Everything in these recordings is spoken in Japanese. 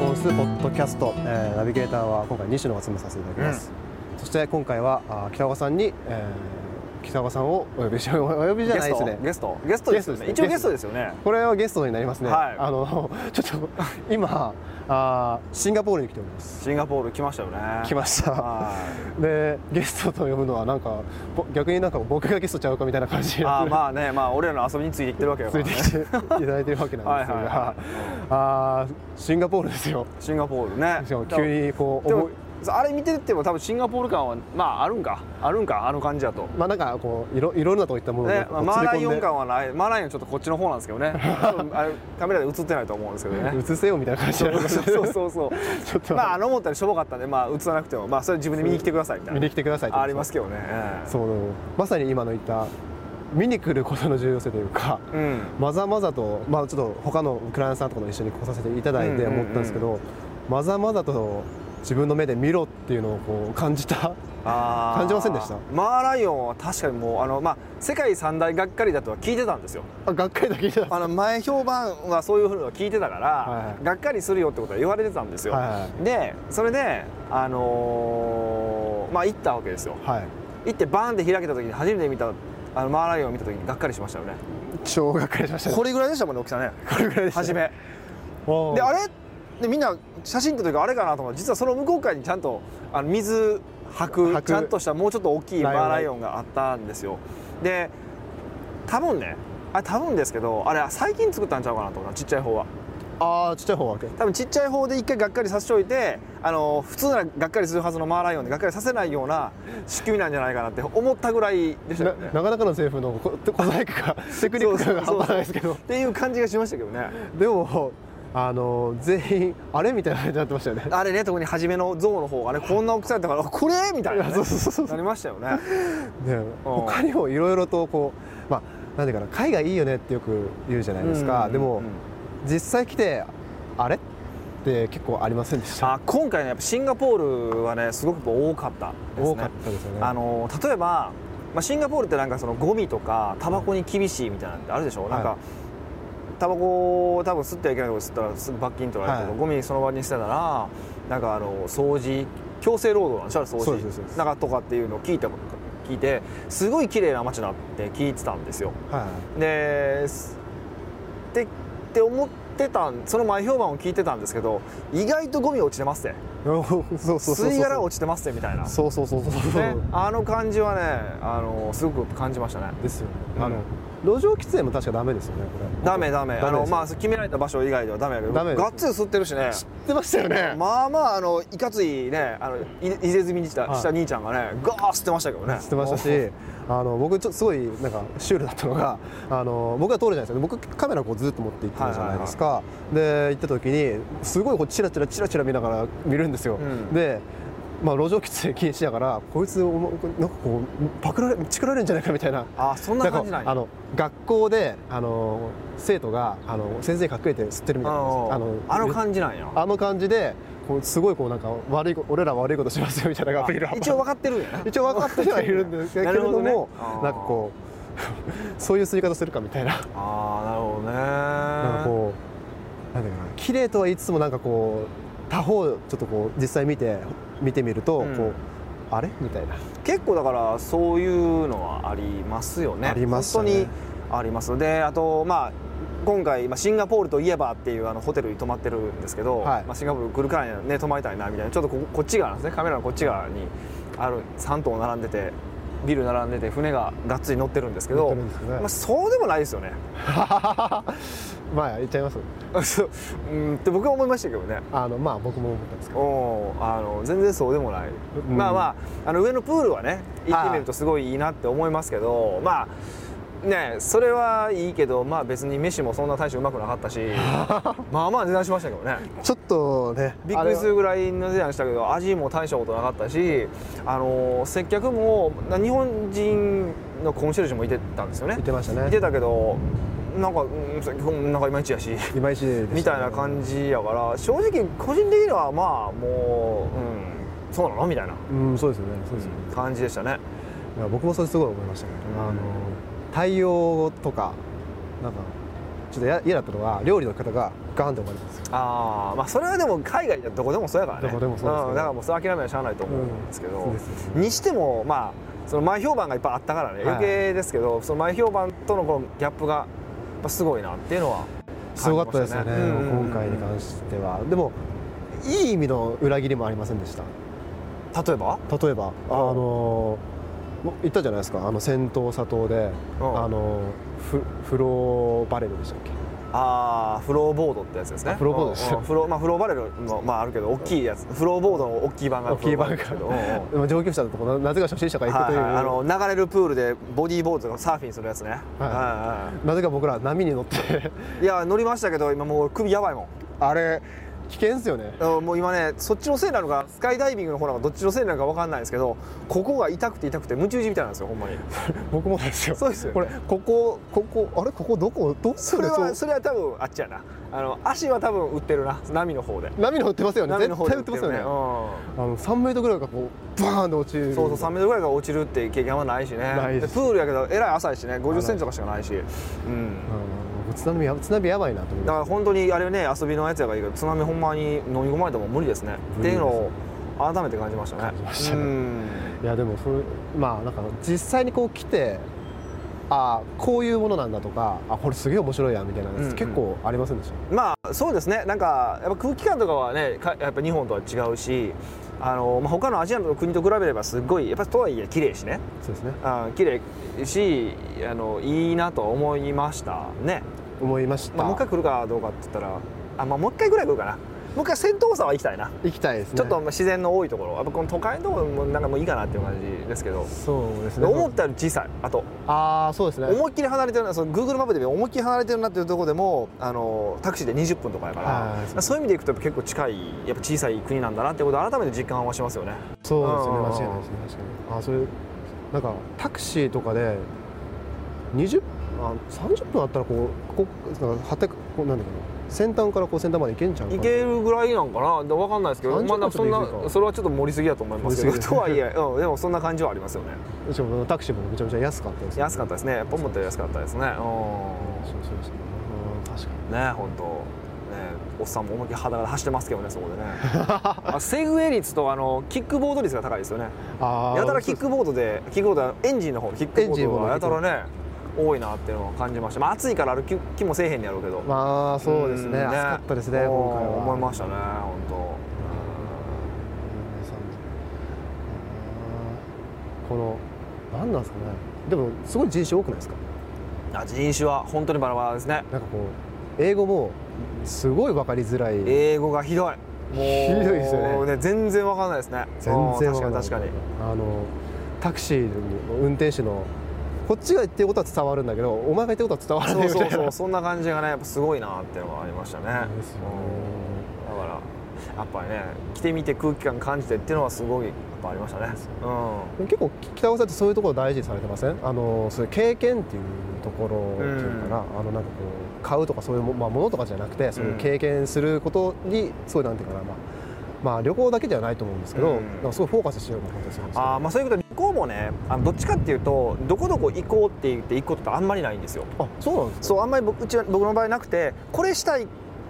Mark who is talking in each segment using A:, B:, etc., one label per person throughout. A: ドキャスト、えーナビゲーターは今回西野が務めさせていただきます、そして今回はあー北岡さんに、えー北岡さんをお呼びし お呼びじゃないですね
B: ゲストゲストゲストですよ
A: ゲストですね
B: ね一応ゲストですよね
A: これはゲストになりますね、
B: はい
A: あの ちょっと今あーシンガポールに来ております
B: シンガポール来ましたよね
A: 来ました
B: は い
A: でゲストと呼ぶのはなんかぼ逆になんか僕がゲストちゃうかみたいな感じで
B: あーまあねまあ俺らの遊びについて行ってるわけよ
A: ついてきていただいてるわけなんですが、
B: はいはいは
A: あーシンガポールですよ
B: シンガポールね
A: しかも急にこう
B: で
A: 思
B: も
A: い
B: あれ見てても多分シンガポール感はまああるんかあるんかあの感じだと
A: まあなんかこういろいろんなとこ行ったもので
B: ね、まあ、マー
A: 連れ
B: ラ
A: 込ん
B: イ
A: で
B: オン感はないマーライオンちょっとこっちの方なんですけ どねあれカメラで映ってないと思うんですけどね
A: 映せよみたいな感じ
B: そ
A: で
B: うそうそうそう
A: ちょっと、
B: まああの思ったりしょぼかったんでまあ映らなくてもまあそれ自分で見に来てくださいみたいな
A: 見に来てくださいって
B: ありますけどね
A: そうまさに今の言った見に来ることの重要性というか
B: うん
A: まざまざと、まあ、ちょっと他のクライアントさんとかと一緒に来させていただいて
B: うんうんうん
A: 思ったんですけど、まざまざと自分の目で見ろっていうのをこう感じた
B: あー
A: 感じませんでした
B: マーライオンは確かにもうあの、まあ、世界三大がっかりだとは聞いてたんですよ
A: あがっかりだけじゃ
B: あの前評判はそういうふうのは聞いてたから、
A: はいはい
B: がっかりするよってことは言われてたんですよ、
A: は
B: でそれであのーまあ行ったわけですよ
A: い、はい、
B: 行ってバーンって開けた時に初めて見たあのマーライオンを見た時にがっかりしましたよね
A: 超がっかりしましたね
B: これぐらいでしたもんね大きさね
A: これぐらいでした
B: 初め
A: おー
B: であれでみんな写真撮った時あれかなと思ったら実はその向こう側にちゃんとあの水吐
A: 吐く
B: くちゃんとしたもうちょっと大きいマ
A: ライオン
B: ーライオンがあったんですよで多分ねあれ多分ですけどあれ最近作ったんちゃうかなと思ったちっちゃい方は
A: ああちっちゃい方はけ
B: 多分ちっちゃい方で一回がっかりさせておいてあの普通ならがっかりするはずのマーライオンでがっかりさせないような仕組みなんじゃないかなって思ったぐらいでした
A: な
B: よね
A: なかなかの政府のこ小細工がテクニックが半端ないですけど
B: っていう感じがしましたけどね
A: でもあの全員あれみたいな感じになってましたよね
B: あれね特に初めの象の方がねこんな大きさだったからあこれみたいな ね、
A: いやそうそうそうそう
B: なりましたよね
A: ね、他にもいろいろとこうまあなんていうかな海外いいよねってよく言うじゃないですか、
B: うん
A: でも、
B: うん
A: 実際来てあれって結構ありませんでした
B: あ今回ねやっぱシンガポールはねすごく多かったですね
A: 多かったですよね
B: あの例えば、まあ、シンガポールってなんかそのゴミとかタバコに厳しいみたいなのってあるでしょ、な
A: は
B: んかタバコを多分吸ってはいけないとこ吸ったらすぐ罰金取られるけど、
A: はい
B: ゴミその場にしてたらなんかあの掃除強制労働なんでしょあれ掃除
A: そうですそうです
B: なんかとかっていうのを聞いたこと聞いてすごい綺麗な街だって聞いてたんですよ
A: は
B: ですってって思ってたんその前評判を聞いてたんですけど意外とゴミ落ちてますね
A: い そうそうそうそう
B: 吸い殻落ちてますねみたいな、ね、
A: そうそうそうそうそう、
B: あの感じはねあのすごく感じましたね
A: ですよね、
B: うん
A: あの路上喫煙も確かダメですよねこれ
B: ダメダメあ
A: ダメ
B: の
A: です
B: まあ決められた場所以外ではダメだけど
A: ダメです
B: ガッツリ吸ってるしね
A: 知ってましたよね、
B: まあまああのいかついねあのい入れ墨にした,、
A: はい
B: した兄ちゃんがねガーッ吸ってましたけどね
A: してましたし、あの僕ちょっとすごいなんかシュールだったのが、あの僕が通るじゃないですか。僕カメラこうずっと持って行ってるじゃないですか。で行った時にすごいこうチラチラチラチラ見ながら見るんですよ。
B: うん
A: で。まあ、路上喫煙禁止だからこいつお前なんかこうパクられチクられるんじゃないかみたいな
B: あそんな感じな
A: か
B: んや
A: あの学校であの生徒があの先生隠れて吸ってるみたいな
B: あのあの感じなんや
A: あの感じでこうすごいこうなんか悪いこ俺らは悪いことしますよみたいなのがアピール
B: あ一応分かってるんやな
A: 一応分かってはいるんですけれ
B: なるほ
A: ど
B: どね
A: も
B: あー
A: なんかこう そういう吸い方するかみたいな
B: ああなるほどね
A: なんかこうなんだろうな綺麗とは言いつつもなんかこう他方ちょっとこう実際見て見てみるとこう、
B: うん
A: あれみたいな
B: 結構だからそういうのはありますよね
A: ありましたね
B: 本当にありますであとまあ今回、まあ、シンガポールといえばっていうあのホテルに泊まってるんですけど、
A: はい
B: まあ、シンガポール来るからにはね泊まりたいなみたいなちょっとここっち側なんですねカメラのこっち側にある3棟並んでてビル並んでて船ががっつり乗ってるんですけ
A: 乗っ
B: ど
A: てるんですね
B: まあ、そうでもないですよね
A: まあ言っちゃいます
B: そううんって僕は思いましたけどね
A: あのまあ僕も思ったんですけど
B: おーあの全然そうでもない、
A: うん
B: まあまああの上のプールはね行ってみるとすごいいいなって思いますけどまあねそれはいいけどまあ別に飯もそんな大してうまくなかっ たしまあまあ値段しましたけどね
A: ちょっとね
B: びっくりするぐらいの値段したけど味も大したことなかったしあの接客もな日本人のコンシェルジュもいてたんですよね
A: 言ってましたね
B: いてたけどなんか、うん、接客もなんかいまいちやし
A: いまいちでしたね
B: みたいな感じやから正直個人的にはまあもう、うん、そうなのみたいな
A: うんそうですよねそうですよね、
B: 感じでしたね
A: いや僕もそれすごい思いましたね、
B: うん
A: あの対応とかなんかちょっとや嫌だったのは料理の方がガーンって終わりますよ
B: ああまあそれはでも海外じゃどこでもそうやからね
A: どこでもそうですけど
B: んだからもうそれ諦めはしゃあないと思うんですけど、
A: うんそうです
B: にしてもまあその前評判がいっぱいあったからね
A: はい
B: 余計ですけど、その前評判とのこのギャップがやっぱすごいなっていうのは
A: すごかったですよね、
B: 感じました
A: 今回に関してはでもいい意味の裏切りもありませんでした
B: 例えば
A: 例えばあのも言ったじゃないですかあの戦闘佐藤であ
B: うん
A: のフフローバレルでしたっけ
B: ああフローボードってやつですね
A: あフローボードです
B: うんうんフローまあフローバレルもまああるけど大きいやつフローボードの大きい版が
A: 大きい版が
B: フローバレルですけどうんうん
A: でも上級者のとこななぜか初心者が行く
B: は
A: と
B: い
A: いう、
B: はいあの流れるプールでボディーボードとかサーフィンするやつね、はい
A: なぜか僕ら波に乗って
B: はい、いや乗りましたけど今もう首やばいもん
A: あれ危険ですよね
B: あのもう今ねそっちのせいなのかスカイダイビングの方なのかどっちのせいなのか分かんないんですけどここが痛くて痛くて夢中打ちみたいなんですよほんまに
A: 僕もなんですよ
B: そうですよね
A: これここここあれここどこどこ
B: それ
A: そう
B: はそれは多分あっちやなあの足は多分打ってるな波の方で
A: 波に乗ってますよね
B: 波の方
A: 絶対打
B: で
A: ってますよね、
B: うん
A: あの3メートルぐらいがこうバーンって落ちる
B: そうそう3メートルぐらいが落ちるっていう経験はないしね
A: ないです
B: でプールやけどえらい浅いしね5 0センチとかしかないしうん
A: うん津波や津波やばいなと思い
B: だ
A: ま
B: から本当にあれね遊びのやつやからいいけど津波ほんまに飲み込まれたもん無理ですね
A: 無
B: って
A: 理です
B: いうのを改めて感じましたね
A: 感じましたね
B: うん
A: すいやでもそれまあなんか実際にこう来てああこういうものなんだとかあこれすげえ面白いやみたいなやつ、
B: うんうん
A: 結構ありませんでした
B: まあそうですねなんかやっぱ空気感とかはねかやっぱ日本とは違うしあの、まあ、他のアジアの国と比べればすごいやっぱとはいえ綺麗しね
A: そうですね
B: あ綺麗しあのいいなとは思いましたね、
A: 思いました、
B: まあ、もう一回来るかどうかって言ったらあ、まあ、もう一回ぐらい来るかなもう一回戦闘さは行きたいな
A: 行きたいですね
B: ちょっとまあ自然の多いところやっぱこの都会のところもなんかもういいかなっていう感じですけど
A: そうですね
B: 思ったより小さいあと
A: ああそうですね
B: 思いっきり離れてるなその Google マップで見て思いっきり離れてるなっていうところでもあのタクシーで20分とかやから
A: はい
B: そういう意味でいくと結構近いやっぱ小さい国なんだなってことを改めて実感はしますよね
A: そうですよね
B: うんうんうん
A: 間違いないですね確かにあそれなんかタクシーとかで20あ30分あったらこうここなんかはてこうなんだろうな先端からこう先端まで行けんちゃうか
B: い
A: な
B: けるぐらいなんかなで分かんないですけど、
A: 30
B: まあ、なんかそん
A: 分でいいか
B: なそれはちょっと盛りすぎだと思いますけど
A: 盛りすぎです
B: とはいえ、うん、でもそんな感じはありますよね
A: しかもタクシーもめちゃめちゃ安かったです、
B: 安かったですねやっぱ思ったより安かったですねう
A: そ
B: ん
A: うそうですねうん確かに
B: ね本当ねおっさんも思いっきり裸で走ってますけどね そこでねあセグウェイ率とあのキックボード率が高いですよね
A: あー
B: やたらキックボードでキックボードはエンジンの方のキックボ
A: エンジ
B: ー
A: ンの
B: ド
A: 方
B: が
A: の
B: やたらね多いなっていうのを感じました、まあ、暑いから歩き気もせえへんやろうけど、
A: まあそうですね
B: ん
A: 暑かったですね
B: うん
A: 今回は
B: 思いましたね本当
A: この何なんですかねでもすごい人種多くないですか
B: あ人種は本当にバラバラですね
A: なんかこう英語もすごい分かりづらい
B: 英語がひどいもう
A: ひどいですよね
B: 全然わかんないですね
A: 全然わかんない
B: うん確かに確かに
A: あのタクシーの運転手のこっちが言ってることは伝わるんだけどお前が言ってることは伝わらな
B: そ
A: いうみたい
B: そ
A: な
B: うそうそんな感じがねやっぱすごいなっていうのがありましたね
A: ですよね
B: うんだからやっぱりね来てみて空気感感じてっていうのはすごいやっぱありましたねう
A: でも
B: ん
A: 結構北尾さんってそういうところ大事にされてませんあのそういう経験っていうところっていうのかな、あのなんかこう買うとかそういうも,、まあ、ものとかじゃなくてそういう経験することにすごいなんていうかな、まあまあ、旅行だけではないと思うんですけど、
B: うん
A: なんかすごいフォーカスしてるような感じがするんですよ
B: あーまあそういうこと旅行もねあのどっちかっていうとどこどこ行こうって言って行くことってあんまりないんですよ
A: あそうなんですか
B: そうあんまり僕うちは僕の場合なくてこれしたいっ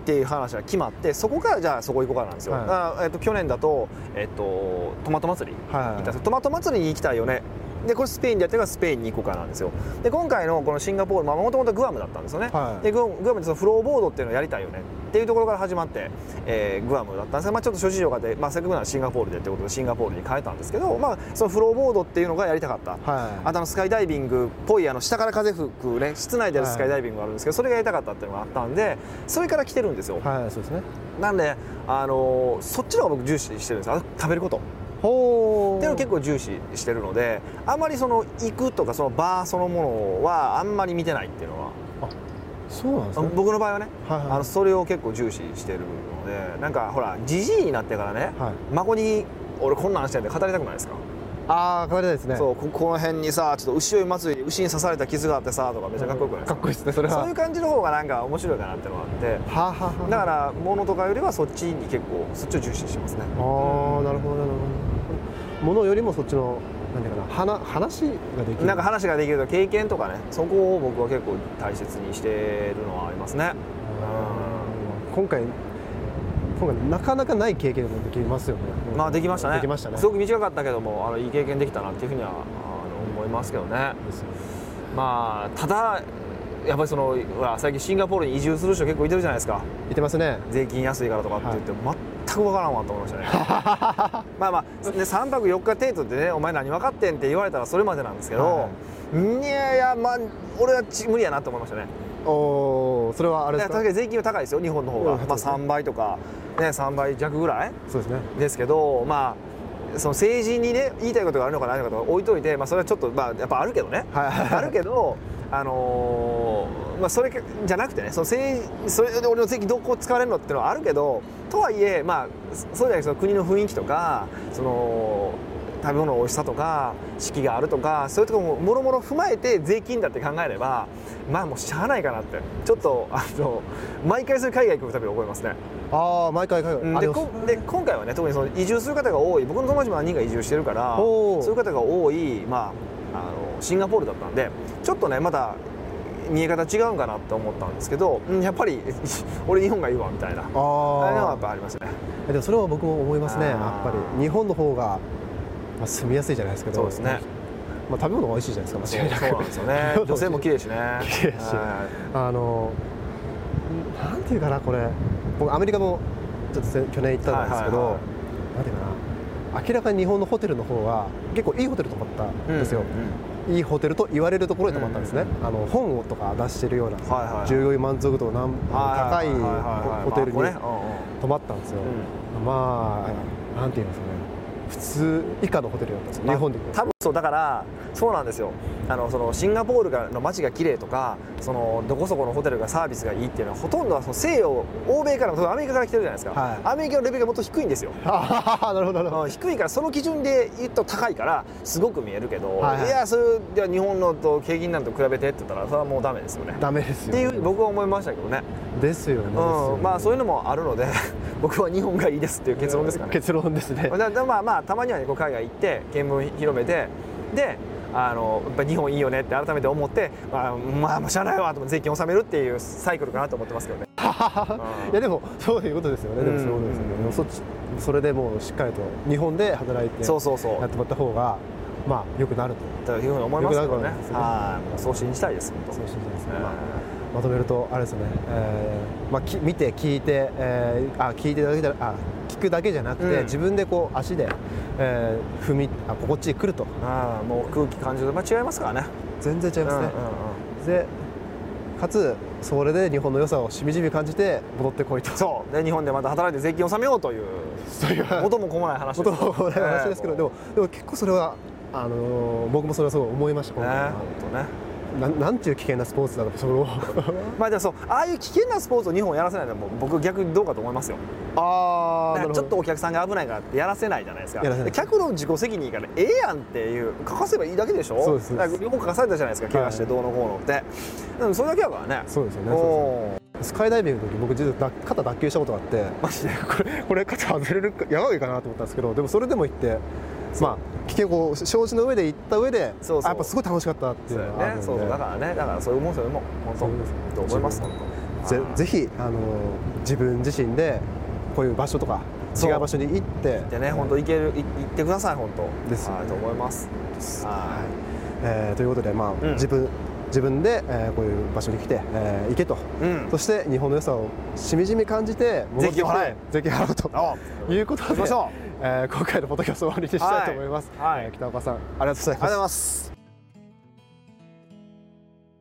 B: ていう話が決まってそこからじゃあそこ行こうかなんですよ、
A: はい
B: あえっと去年だと,、えっとトマト祭り
A: はい
B: 行ったんですよトマト祭りに行きたいよねでこれスペインでやってるからスペインに行こうかなんですよで今回のこのシンガポールもともとグアムだったんですよね、
A: はい
B: でグアムグアムでそのフローボードっていうのをやりたいよねっていうところから始まって、えーグアムだったんですが、まあ、ちょっと諸事情があって、まあ、せっかくならシンガポールでってことでシンガポールに変えたんですけど、まあ、そのフローボードっていうのがやりたかった、
A: はい
B: あとあのスカイダイビングっぽいあの下から風吹くね室内でやるスカイダイビングがあるんですけど、それがやりたかったっていうのがあったんでそれから来てるんですよ、
A: はいそうですね
B: なんで、あのーそっちの方が僕重視してるんですあの食べること
A: ほ
B: っていうのを結構重視してるのであまりその行くとかそのバーそのものはあんまり見てないっていうのは、
A: そうなんですね
B: 僕の場合はね
A: はいはい
B: あのそれを結構重視してるのでなんかほらじじいになってからね、
A: はい
B: 孫に俺こんなんしてんって語りたくないですか、
A: ああ変わりたいですね
B: そうここの辺にさちょっと牛追い祭り牛に刺された傷があってさとかめっちゃかっこよくないです
A: か
B: か
A: っこいいですねそれは
B: そういう感じの方がなんか面白いかなってのがあって
A: はあはあはあ
B: だから物とかよりはそっちに結構そっちを重視してますね
A: ああなるほどなるほどものよりもそっちのなんていうかな話話ができる
B: なんか話ができると経験とかねそこを僕は結構大切にしてるのはありますね
A: うん今回今回なかなかない経験もできますよね、
B: まあできましたね
A: できましたね
B: すごく短かったけどもあのいい経験できたなっていうふうにはあの思いますけどね
A: ですよ
B: まあただやっぱりそのほら最近シンガポールに移住する人結構いてるじゃないですか
A: 言ってますね
B: 税金安いからとかって言って、全く分からんわと思いました ねまあまあ、ね、3泊4日程度でねお前何分かってんって言われたらそれまでなんですけど、、
A: はい
B: やいやまあ俺はち無理やなと思いましたね
A: おおそれはあれ
B: い
A: で
B: や
A: す
B: 確
A: か
B: かに税金は高いですよ日本の方が、
A: うん
B: まあ、3倍とか、ね、3倍弱ぐらい
A: そうですね
B: ですけどまあその政治にね言いたいことがあるのかないのかとか置いといて、まあ、それはちょっと、まあ、やっぱあるけどね、
A: はいはいはい
B: あるけど、あのーまあ、それじゃなくてねその政治それで俺の税金どこ使われるのってのはあるけどとはいえ、まあ、そそうじゃなくてその国の雰囲気とかその食べ物の美味しさとか四季があるとかそういうところももろもろ踏まえて税金だって考えればまあもうしゃあないかなってちょっとあの毎回そういう海外行くたび覚えますね。
A: ああ毎回海外
B: うん
A: あ
B: で
A: も
B: こんで今回はね特にその移住する方が多い僕の友達も何人か移住してるから
A: おー
B: そういう方が多い、まあ、あのシンガポールだったんでちょっとねまた見え方違うんかなと思ったんですけど、うんやっぱり 俺日本がいいわみたいなああいうのはや
A: あ
B: っぱありますね
A: あでもそれは僕も思いますね
B: あー
A: やっぱり日本の方が、まあ、住みやすいじゃないですけど
B: そうですね
A: まあ、食べ物美味しいじゃないです
B: そ
A: か間違
B: う
A: いなく
B: そうなんですよ ね女性も綺麗しね
A: 綺麗やし
B: は
A: あのなんていうかなこれ僕アメリカもちょっと去年行ったんですけど、
B: はいはいは
A: なんていうかな明らかに日本のホテルの方は結構いいホテル泊まった
B: い
A: んですよ、いいホテルと言われるところに泊まったんですね、あの本をとか出してるような、
B: はいはいはい
A: 従業員満足度の高いホテルに
B: まあこれうんうん
A: 泊まったんですよ、まあなんていうんですかね普通以下のホテルだったんですよ、
B: まあ
A: 日本で行くと
B: 多分そうだからそうなんですよあのそのシンガポールがの街が綺麗とかそのどこそこのホテルがサービスがいいっていうのはほとんどはその西洋欧米から特にアメリカから来てるじゃないですか、
A: はい
B: アメリカのレベルがもっと低いんで すよ
A: あ あなるほどなるほど
B: うん低いからその基準で言うと高いからすごく見えるけど、
A: はい
B: い
A: はい
B: やそれでは日本のと景品なんと比べてって言ったらそれはもうダメですよね
A: ダメです
B: っ
A: よ
B: ていうふうに僕は思いましたけどね、
A: ですよね,ですよね、
B: うん、まあそういうのもあるので 僕は日本がいいですっていう結論ですかね
A: 結論ですね
B: だだまあまあたまにはねこう海外行って見聞広めてであのやっぱ日本いいよねって改めて思って、まあ、まあまあしゃあないわと思って税金納めるっていうサイクルかなと思ってますけどね
A: いやでもそういうことですよね、でもそういうことですよね、
B: うん
A: でもそっちそれでもうしっかりと日本で働いて
B: そうそうそう
A: やってもらった方がまあ良くなると
B: というふうに思いますけど
A: よく
B: ね
A: なると思いますね
B: はいもうそう信じたいです本当
A: そう信じますね、
B: えー
A: まあまとめるとあれですね、えーまあ、き見て聞いて、えーあ聞いてだけじゃあ聞くだけじゃなくて、
B: うん
A: 自分でこう足で、えー踏みあ心地くると
B: ああもう空気感じるとまあ違いますからね
A: 全然違いますね、
B: うんうん
A: でかつそれで日本の良さをしみじみ感じて戻ってこいと
B: うんそうで日本でまた働いて税金納めようという
A: そういう
B: 元も子もない話で
A: 元
B: す
A: の話ですけど、
B: えー
A: でもでも結構それはあのー僕もそれはすごい思いました今
B: ね
A: 回は
B: 本当ね
A: ななんていう危険なスポーツだろうそれを
B: まあでもそうああいう危険なスポーツを日本やらせないのはもう僕逆にどうかと思いますよ
A: あ
B: だからちょっと
A: と
B: お客さんが危ないからってやらせないじゃないですか
A: やらせない
B: 客の自己責任からええやんっていう書かせばいいだけでしょ
A: そうですそうです
B: だから両方書かされたじゃないですか怪我してどうのこうのって、でもそれだけやからね
A: そうですよねそう
B: おー
A: ですねスカイダイビングの時僕実はだ肩脱臼したことがあって
B: マジで
A: これこれ肩外れるかやばいかなと思ったんですけどでもそれでも行ってまあ危険を承知の上で行った上で
B: そうそ
A: あ
B: う
A: やっぱすごい楽しかったってい
B: そうう
A: のがあるの
B: よね
A: で
B: そうそうだからねだからそういう思うそれも本
A: そうです
B: 当と思います本当
A: ぜ
B: あー
A: ぜひ、あのー自分自身でこういう場所とか
B: そう
A: 違う場所に行って
B: でね本当行けるい行ってください本当
A: ですよね
B: はいと思います
A: は
B: はい
A: えーということで、まあ
B: うん
A: 自分自分で、えーこういう場所に来て、えー行けと、
B: いうん
A: そして日本の良さをしみじみ感じて戻ってきて
B: 税金を払え
A: 税金払うと
B: あ
A: いうこと
B: 行き
A: で
B: ましょう
A: えー今回のポッドキャストを終わりにしたいと思います、
B: はいはい
A: えー北岡さんありがとうござい
B: ありがと
A: ま
B: うござい
A: す
B: ます